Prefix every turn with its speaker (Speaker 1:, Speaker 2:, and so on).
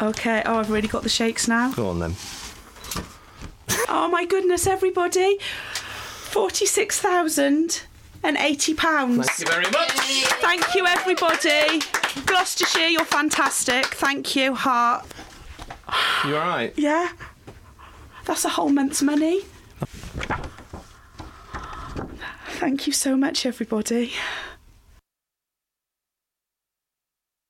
Speaker 1: Okay. Oh, I've really got the shakes now.
Speaker 2: Go on then.
Speaker 1: Oh my goodness, everybody. Forty-six thousand and eighty pounds.
Speaker 2: Thank you very much.
Speaker 1: Thank you, everybody. Gloucestershire, you're fantastic. Thank you, Heart.
Speaker 2: You all right?
Speaker 1: Yeah. That's a whole month's money. Thank you so much, everybody.